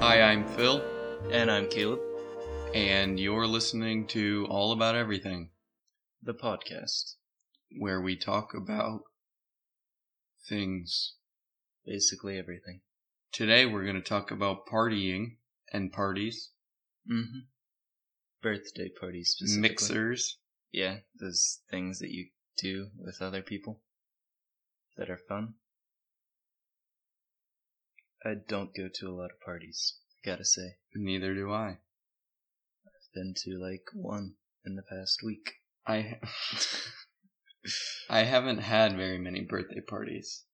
Hi, I'm Phil, And I'm Caleb, and you're listening to All About Everything, the podcast, where we talk about things. basically everything. Today, we're going to talk about partying and parties, Mm-hmm. Birthday parties specifically. mixers, Yeah, those things that you do with other people that are fun. I don't go to a lot of parties, I gotta say. neither do I. I've been to like one in the past week. I I haven't had very many birthday parties.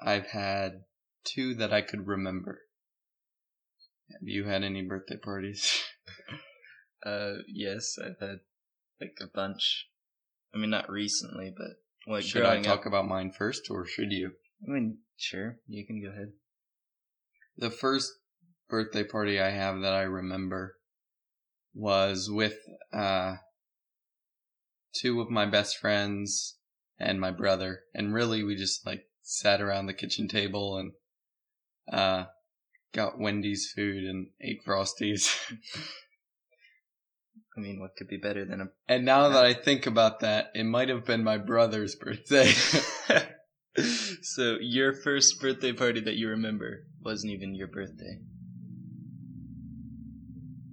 I've had two that I could remember. Have you had any birthday parties? Uh, yes, I've had like a bunch. I mean, not recently, but like should I growing talk up. about mine first, or should you? I mean, sure, you can go ahead. the first birthday party I have that I remember was with uh, two of my best friends and my brother, and really we just like sat around the kitchen table and uh, got Wendy's food and ate Frosties. I mean, what could be better than a and now that I think about that, it might have been my brother's birthday. so your first birthday party that you remember wasn't even your birthday.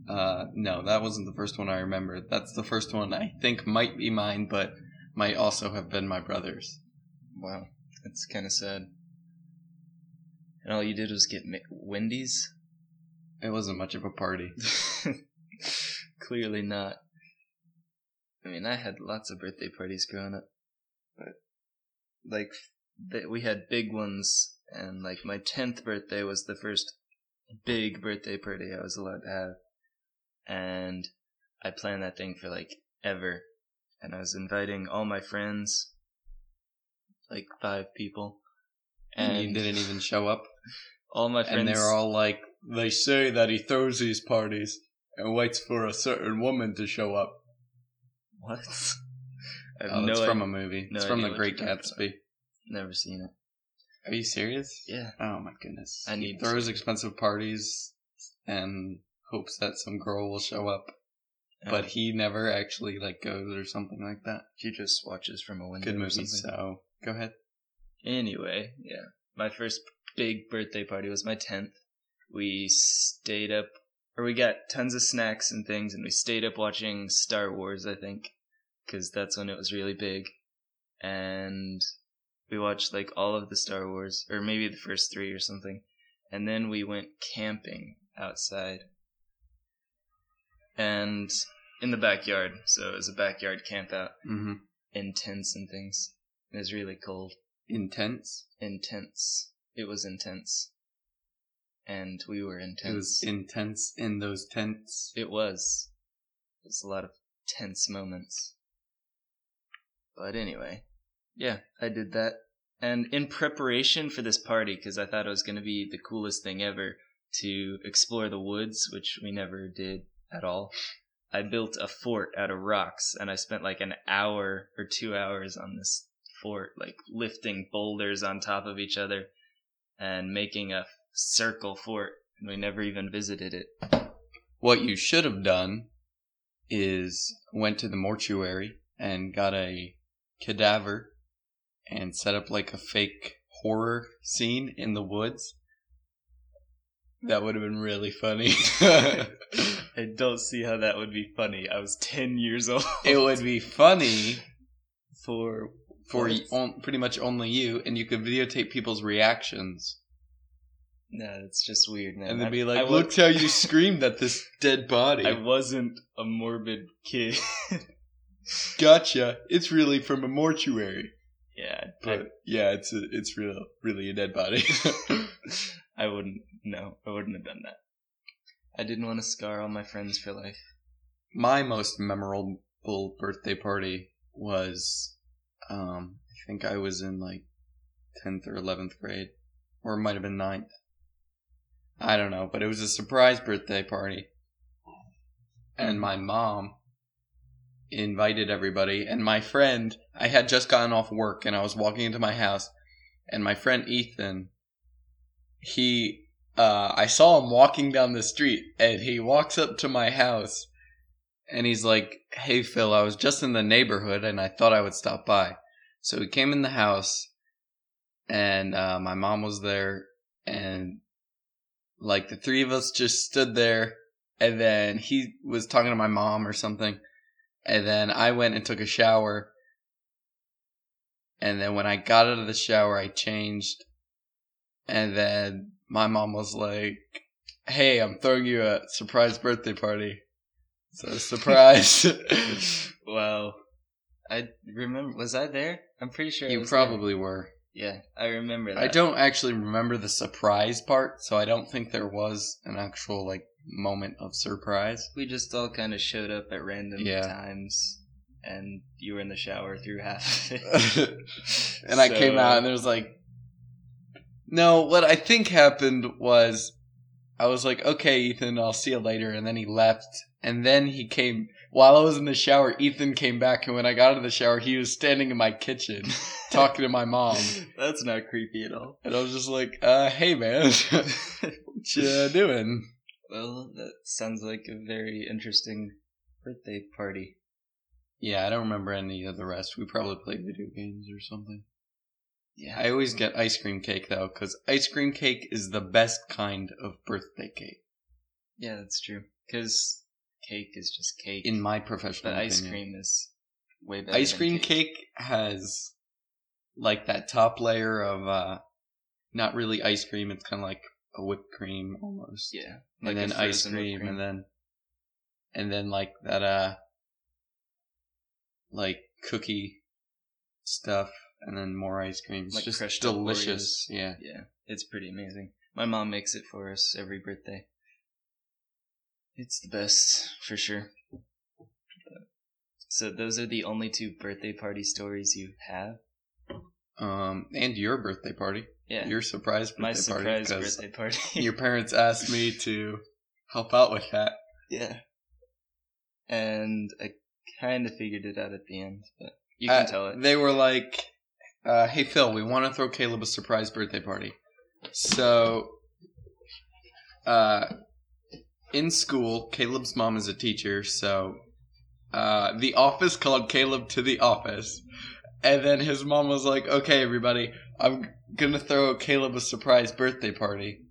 Uh, no, that wasn't the first one I remember. That's the first one I think might be mine, but might also have been my brother's. Wow, that's kind of sad. And all you did was get Mi- Wendy's. It wasn't much of a party. Clearly not. I mean, I had lots of birthday parties growing up, but like th- we had big ones, and like my tenth birthday was the first big birthday party I was allowed to have, and I planned that thing for like ever, and I was inviting all my friends, like five people, And and you didn't even show up. all my friends. And they're all like, they say that he throws these parties and waits for a certain woman to show up. what? I have Oh, no that's from idea. a movie. no it's from idea The what you're Great talking Gatsby. Never seen it. Are you serious? Yeah. Oh my goodness. I he need to throws see it. expensive parties and hopes that some girl will show up, but Uh, he never actually like goes or something like that. she just watches from a window. Good or movie. something. So go ahead. Anyway, yeah. My first big birthday party was my 10th. We stayed up, or we got tons of snacks and things, and we stayed up watching Star Wars, I think, because that's when it was really big. And we watched, like, all of the Star Wars, or maybe the first three or something. And then we went camping outside. And in the backyard, so it was a backyard camp out, Mm-hmm. and tents and things. It was really cold Intense. intense. It was intense. And we were intense. It was intense in those tents. It was. It was a lot of tense moments. But anyway, yeah, I did that. And in preparation for this party, because I thought it was going to be the coolest thing ever to explore the woods, which we never did at all, I built a fort out of rocks and I spent like an hour or two hours on this fort, like lifting boulders on top of each other and making a circle fort. And we never even visited it. What you should have done is went to the mortuary and got a cadaver and set up like a fake horror scene in the woods. That would have been really funny. it I don't see how that would be funny. I was 10 years old. would be funny for for What? on, pretty much only you, and you could videotape people's reactions no, it's just weird, man. and then I- be I like, wa- "Look how you screamed at this dead body." I wasn't a morbid kid. gotcha. It's really from a mortuary. yeah, But yeah, it's a, it's real, really a dead body. I, I wouldn't. No, I wouldn't have done that. I didn't want to scar all my friends for life. My most memorable birthday party was, um, I think I was in like tenth or eleventh grade, or it might have been 9th. I don't know, but it was a surprise birthday party, and my mom invited everybody. And my friend, I had just gotten off work, and I was walking into my house, and my friend Ethan, he uh, I saw him walking down the street, and he walks up to my house, and he's like, "Hey Phil, I was just in the neighborhood, and I thought I would stop by." So he came in the house, and uh, my mom was there, and like the three of us just stood there, and then he was talking to my mom or something, and then I went and took a shower. And then when I got out of the shower, I changed. And then my mom was like, "Hey, I'm throwing you a surprise birthday party." So surprise. wow. I remember. Was I there? I'm pretty sure. I you was there. probably were. Yeah, I remember that. I don't actually remember the surprise part, so I don't think there was an actual like moment of surprise. We just all kind of showed up at random Yeah. times, and you were in the shower through half of and it. I came So- out and there was like No, what I think happened was I was like, "Okay, Ethan, I'll see you later." And then he left. And then he came while I was in the shower, Ethan came back and when I got out of the shower, he was standing in my kitchen talking to my mom. That's not creepy at all. And I was just like, uh, hey man, what you doing? Well, that sounds like a very interesting birthday party. Yeah, I don't remember any of the rest. We probably played video games or something. Yeah, I always get ice cream cake though, because ice cream cake is the best kind of birthday cake, yeah, that's true. Because cake is just cake. in my professional but ice opinion. cream is way better. Ice than cream cake. cake. has like that top layer of uh, not really ice cream. It's kind of like a whipped cream almost. Yeah, and like a then ice frozen whipped cream, and then and then like that uh like cookie stuff and then more ice cream it's Like just crushed up delicious yeah Yeah, it's pretty amazing. My mom makes it for us every birthday. It's the best, for sure. So those are the only two birthday party stories you have? um and your birthday party Yeah. your surprise birthday my party surprise 'cause birthday party. your parents asked me to help out with that yeah. And I kind of figured it out at the end, but you Uh, can tell it. They were like, uh, "Hey Phil, we want to throw Caleb a surprise birthday party." So, uh, in school, Caleb's mom is a teacher, so uh, the office called Caleb to the office, and then his mom was like, "Okay, everybody, I'm gonna throw Caleb a surprise birthday party,"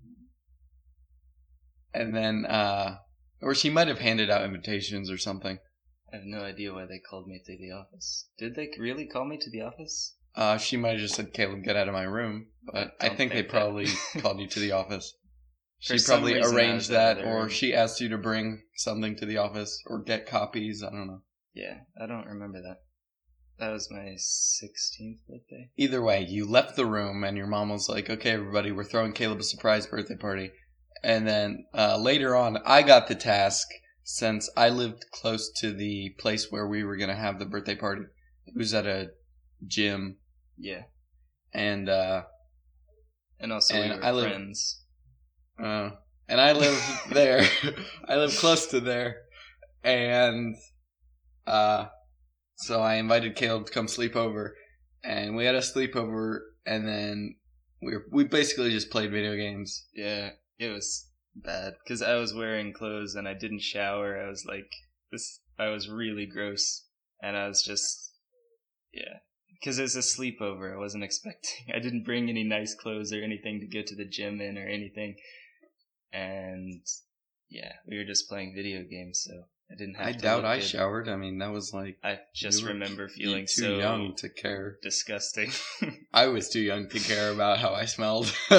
and then. Uh, or she might have handed out invitations or something. I have no idea why they called me to the office. Did they really call me to the office? Uh, she might have just said, "Caleb, get out of my room," but I, don't think, they think that. probably called you to the office. For She some probably reason, I arranged was out of that, their or room. she asked you to bring something to the office or get copies. I don't know. Yeah, I don't remember that. That was my 16th birthday. Either way, you left the room, and your mom was like, "Okay, everybody, we're throwing Caleb a surprise birthday party." And then uh, later on, I got the task since I lived close to the place where we were gonna have the birthday party. It was at a gym, Yeah. and uh, And also, And we were I live- friends. Uh, and I live there. I live close to there. And uh, so I invited Caleb to come sleep over. And we had a sleepover. And then we, were, we basically just played video games. Yeah, it was bad because I was wearing clothes and I didn't shower. I was like, this. I was really gross, and I was just, yeah, because it was a sleepover. I wasn't expecting. I didn't bring any nice clothes or anything to go to the gym in or anything, and yeah, we were just playing video games, so I didn't have. I to doubt look I good. showered. I mean, that was like I just You were remember you feeling too so young to care. disgusting. I was too young to care about how I smelled.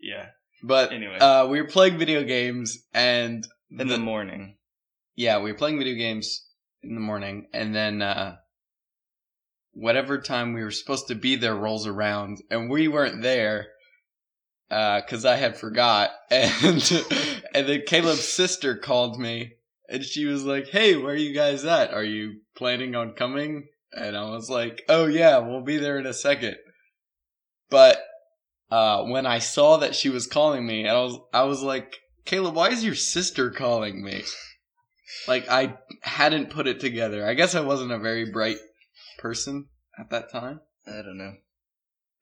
yeah, but Anyway. uh, we were playing video games, and in the morning. yeah, we were playing video games in the morning, and then uh, whatever time we were supposed to be there rolls around, and we weren't there because I had forgot. And and then Caleb's sister called me, and she was like, "Hey, where are you guys at? Are you planning on coming?" And I was like, "Oh yeah, we'll be there in a second. But uh, when I saw that she was calling me, and I was I was like, "Caleb, why is your sister calling me?" like I hadn't put it together. I guess I wasn't a very bright person at that time. I don't know.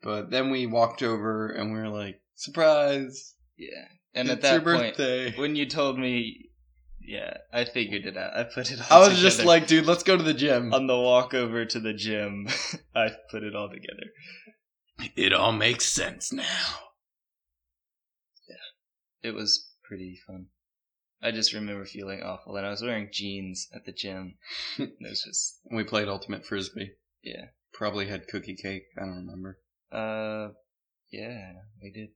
But then we walked over and we were like, surprise. Yeah. And at It's that your point, birthday. when you told me, yeah, I figured it out. I put it. I All was just together. Um, like, dude, let's go to the gym. on the walk over to the gym, I put it all together. it all makes sense now. It was pretty fun. I just remember feeling awful, and I was wearing jeans at the gym. and it was just We played ultimate frisbee. Yeah. Probably had cookie cake. I don't remember. Uh, yeah, we did.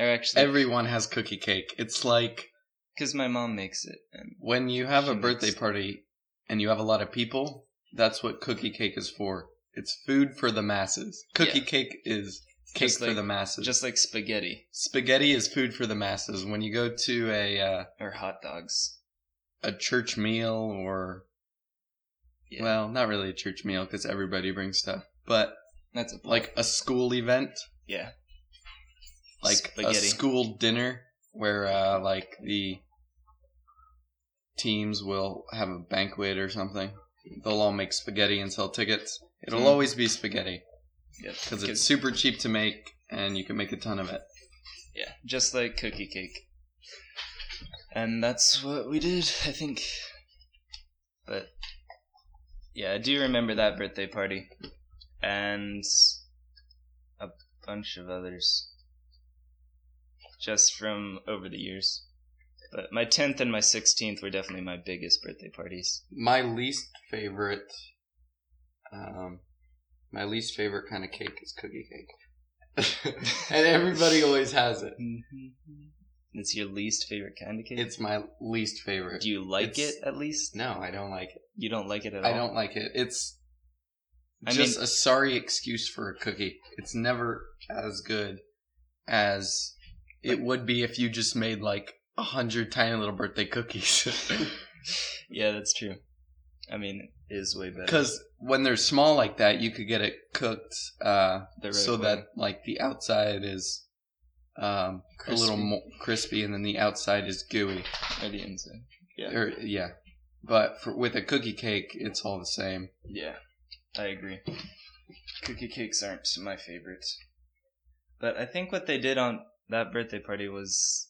Or actually, Everyone has cookie cake. It's like because my mom makes it, and when you have She a makes- birthday party and you have a lot of people. That's what cookie cake is for. It's food for the masses. Cookie Yeah. cake is cake Just for like- the masses. just like spaghetti spaghetti is food for the masses. When you go to a uh, or hot dogs. a church meal or Yeah. well, not really a church meal because everybody brings stuff, but That's a like a school event, yeah, like a Spaghetti. school uh, dinner where uh, like the teams will have a banquet or something. They'll all make spaghetti and sell tickets. It'll Mhm. always be spaghetti yeah, because it's super cheap to make and you can make a ton of it. yeah, just like cookie cake. And that's what we did, I think. But yeah, I do remember that birthday party and a bunch of others just from over the years. But my 10th and my 16th were definitely my biggest birthday parties. My least favorite, um, my least favorite kind of cake is cookie cake, and everybody always has it. It's your least favorite kind of cake? Mm-hmm. It's my least favorite. do you like it's- it at least? no, I don't like it. You don't like it at I all? don't like it. It's I just mean- a sorry excuse for a cookie. It's never as good as it would be if you just made like a hundred tiny little birthday cookies. yeah, that's true. I mean, it is way better. Because when they're small like that, you could get it cooked uh, The right so way. that like the outside is um, a little Crispy. more crispy, and then the outside is gooey. or the inside. Yeah. Or, yeah. But for, with a cookie cake, it's all the same. Yeah, I agree. Cookie cakes aren't my favorites, but I think what they did on that birthday party was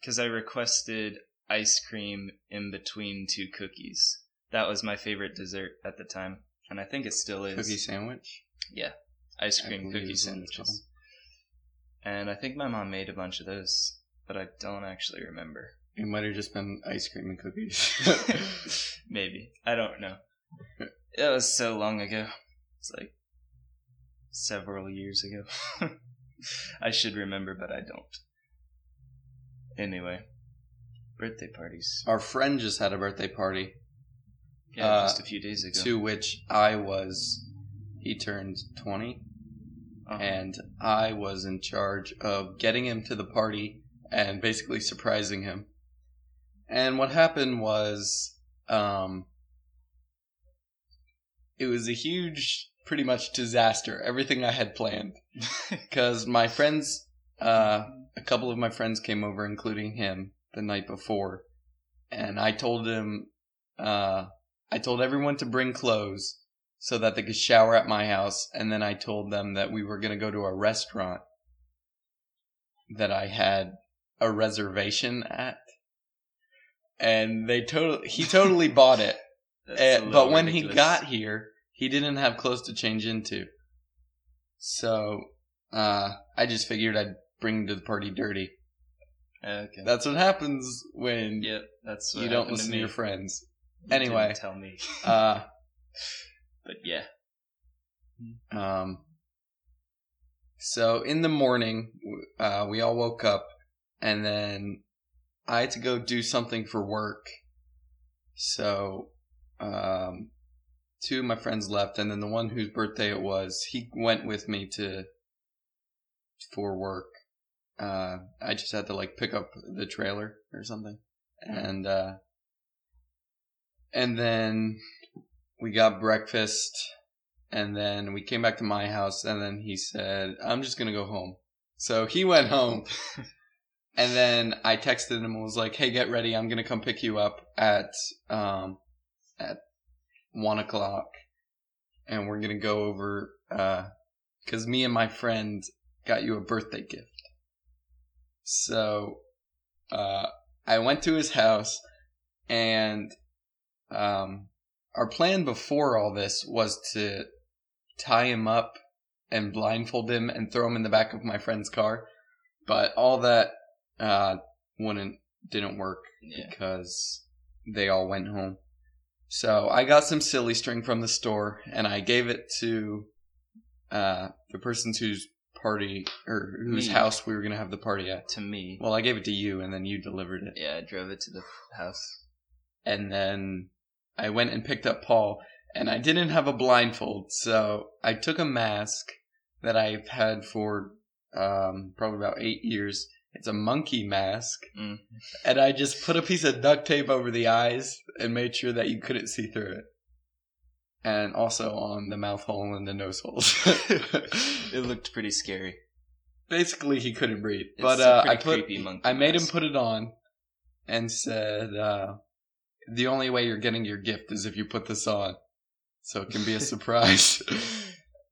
because I requested ice cream in between two cookies. That was my favorite dessert at the time, and I think it still is cookie sandwich. ice I cream believe cookie is what it's sandwiches. And I think my mom made a bunch of those, but I don't actually remember. It might have just been ice cream and cookies. Maybe. I don't know. It was so long ago. It's like several years ago. I should remember, but I don't. Anyway, birthday parties. Our friend just had a birthday party Yeah, Uh, just a few days ago. to which I was. He turned 20, Uh-huh. and I was in charge of getting him to the party and basically surprising him. And what happened was, um, it was a huge, pretty much disaster. Everything I had planned. because my friends, uh, a couple of my friends came over, including him, the night before, and I told him, uh, I told everyone to bring clothes so that they could shower at my house, and then I told them that we were gonna go to a restaurant that I had a reservation at, and they totally he totally bought it. That's Eh, a little but when ridiculous. he got here, he didn't have clothes to change into. So uh, I just figured I'd bring him to the party dirty. okay, That's what happens when yeah, that's what you don't happened listen to, me. your friends. You didn't anyway. tell me. Uh, but yeah, um, so in the morning, w- uh, we all woke up, and then I had to go do something for work. So um, two of my friends left, and then the one whose birthday it was, he went with me to for work. Uh, I just had to like pick up the trailer or something, and uh, and then we got breakfast, and then we came back to my house, and then he said, "I'm just gonna go home." So he went home. And then I texted him and was like, "Hey, get ready. I'm gonna come pick you up at um, at one o'clock, and we're gonna go over uh, because me and my friend got you a birthday gift." So uh, I went to his house, and um, our plan before all this was to tie him up and blindfold him and throw him in the back of my friend's car, but all that uh, wouldn't didn't work Yeah. because they all went home. So I got some silly string from the store and I gave it to uh, the person whose party or whose Me. house we were gonna have the party at. To me. Well, I gave it to you and then you delivered it. Yeah, I drove it to the house. And then I went and picked up Paul and I didn't have a blindfold, so I took a mask that I've had for um, probably about eight years. It's a monkey mask. Mm. And I just put a piece of duct tape over the eyes and made sure that you couldn't see through it. And also on the mouth hole and the nose holes. It looked pretty scary. Basically, he couldn't breathe. It's but a uh, I pretty put, creepy monkey I made him mask. put it on, and said, uh, "The only way you're getting your gift is if you put this on, so it can be a surprise."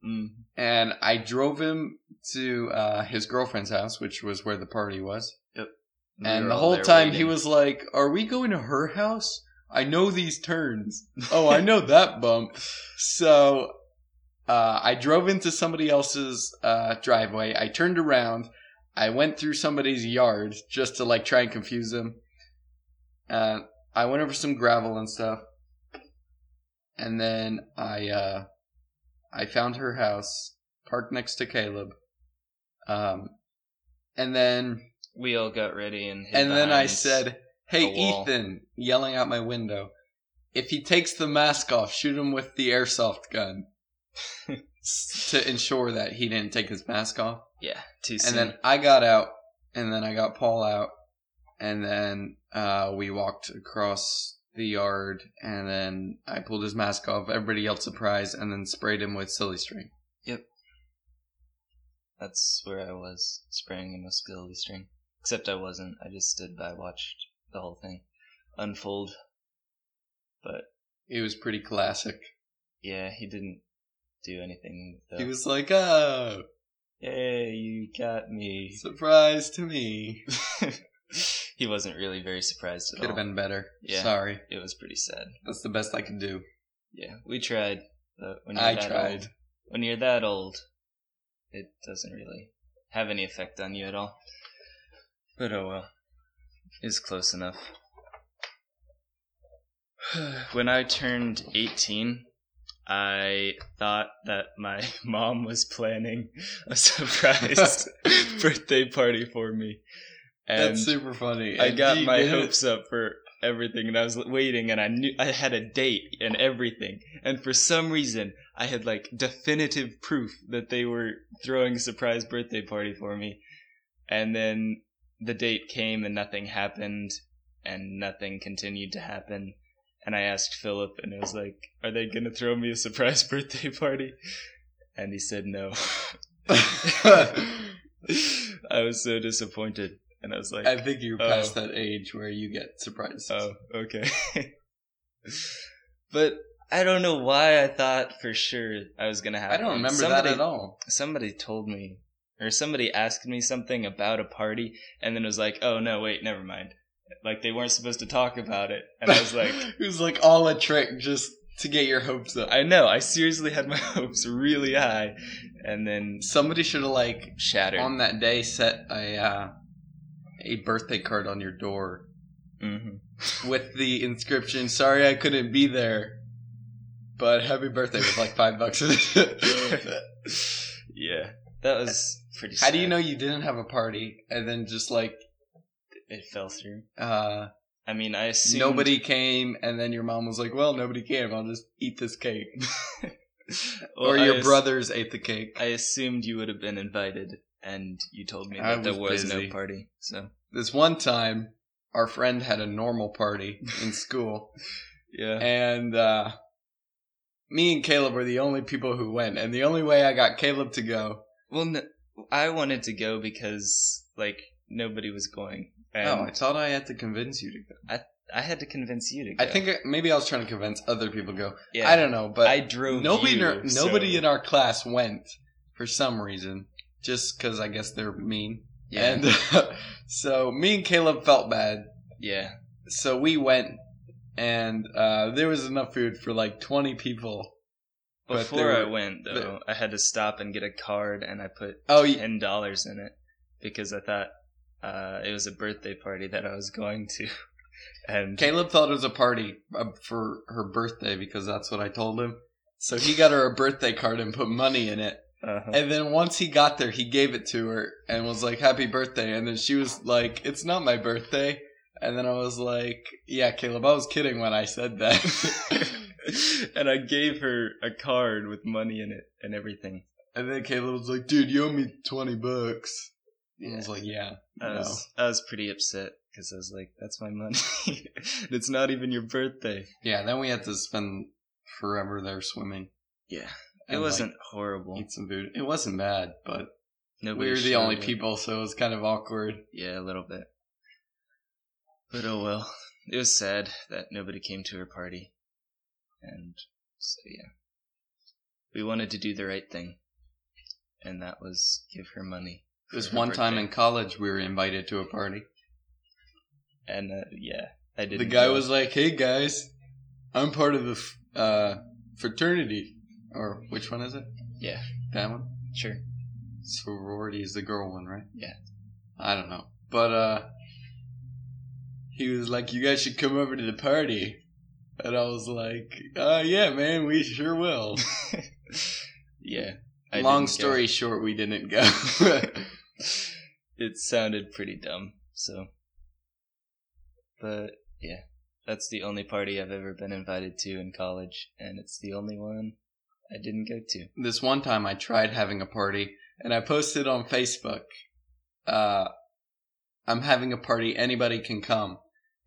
Mm. and I drove him to uh, his girlfriend's house, which was where the party was. We were And the all whole there time he waiting. was like, "Are we going to her house? I know these turns. Oh, I know that bump." So uh, I drove into somebody else's uh, driveway. I turned around. I went through somebody's yard just to like try and confuse them. Uh, I went over some gravel and stuff, and then I uh, I found her house, parked next to Caleb, um, and then We all got ready and. hid and then I behind- said, "Hey, a wall." Ethan!" yelling out my window. If he takes the mask off, shoot him with the airsoft gun S- to ensure that he didn't take his mask off. "Yeah, too And soon." then I got out, and then I got Paul out, and then uh, we walked across the yard, and then I pulled his mask off. Everybody yelled surprise, and then sprayed him with silly string. That's where I was spraying him with silly string. Except I wasn't. I just stood by, watched the whole thing unfold. But It was pretty classic. yeah, he didn't do anything. Though. He was like, "Oh, "Hey, you got me." surprise to me." he wasn't really very surprised at Could have all. been better. Yeah. Sorry. It was pretty sad. That's the best I can do. Yeah, we tried, but when you're I that tried. old, when you're that old, it doesn't really have any effect on you at all. But oh well, is close enough. when I turned 18, I thought that my mom was planning a surprise birthday party for me. And That's super funny. I And got you my did it. hopes up for everything, and I was waiting, and I knew I had a date and everything. And for some reason, I had like definitive proof that they were throwing a surprise birthday party for me. And then the date came, and nothing happened, and nothing continued to happen. And I asked Philip, and it was like, "Are they gonna throw me a surprise birthday party?" And he said no. I was so disappointed, and I was like, I think you're Oh. past that age where you get surprises. Oh, okay. but I don't know why I thought for sure I was gonna have. I don't one. remember somebody, that at all. Somebody told me, or somebody asked me something about a party, and then was like, "Oh no, wait, never mind." Like they weren't supposed to talk about it, and I was like, it was like all a trick just to get your hopes up. "I know." I seriously had my hopes really high, and then Somebody should have like shattered. on that day set a uh, a birthday card on your door Mhm. with the inscription "Sorry I couldn't be there, but happy birthday" with like five bucks. in it. yeah, that was pretty. How do you sad. know you didn't have a party and then just like it fell through? uh I mean, I assumed Nobody came, and then your mom was like, "Well, nobody came. I'll just eat this cake." Well, or I your ass- brothers ate the cake. I assumed you would have been invited, and you told me I that there was was busy. no party. So This one time, our friend had a normal party in school, yeah, and uh, me and Caleb were the only people who went. And the only way I got Caleb to go, well, no, I wanted to go because like nobody was going, and oh, I thought I had to convince you to go. I had to convince you to go. I think I- maybe I was trying to convince other people to go. yeah, I don't know, but I drove. nobody you, in our, nobody so- in our class went for some reason, just because I guess they're mean. Yeah. And so me and Caleb felt bad. yeah. So we went, and uh, there was enough food for like 20 people. But Before there I were- went though, I had to stop and get a card, and I put Oh, y- ten dollars in it because I thought uh, it was a birthday party that I was going to, and Caleb thought it was a party uh, for her birthday because that's what I told him. So he got her a birthday card and put money in it. uh, And then once he got there, he gave it to her and was like, Happy birthday. And then she was like, It's not my birthday. And then I was like, Yeah, Caleb, I was kidding when I said that. and I gave her a card with money in it and everything. and then Caleb was like, Dude, you owe me 20 bucks. And I Yeah. was like, Yeah. I was I was pretty upset because I was like, "That's my money. And it's not even your birthday." Yeah, then we had to spend forever there swimming. Yeah, it and, like, wasn't horrible. eat some food. It wasn't bad, but Nobody we were the showed only it. people, so it was kind of awkward. Yeah, a little bit. But oh well. It was sad that nobody came to her party. And so, yeah. We wanted to do the right thing. And that was give her money. for This her one time birthday. in college, we were invited to a party. And uh, yeah, I did. the guy was like, "Hey guys, I'm part of the f- uh, fraternity, or which one is it? Yeah. that one. Sure. Sorority is the girl one, right? Yeah. I don't know, but uh, he was like, "You guys should come over to the party," and I was like, "Uh, yeah, man, we sure will." Yeah. I Long didn't go. story short, we didn't go. It sounded pretty dumb, so. But yeah, that's the only party I've ever been invited to in college, and it's the only one I didn't go to. this one time, I tried having a party, and I posted on Facebook, uh, "I'm having a party. Anybody can come."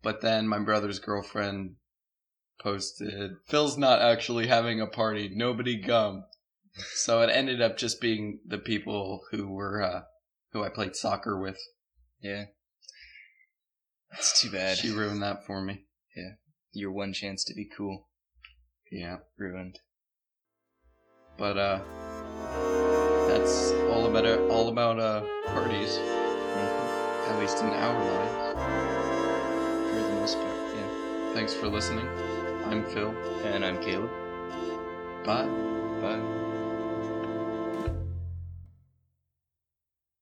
But then my brother's girlfriend posted, "Phil's not actually having a party. Nobody come." So it ended up just being the people who were uh, who I played soccer with. Yeah. It's too bad. She ruined that for me. Your one chance to be cool Yeah, ruined. but uh, that's all about all about uh parties, Mhm. at least in our lives. For the most part, yeah. Thanks for listening. I'm Phil. And I'm Caleb. Bye. Bye.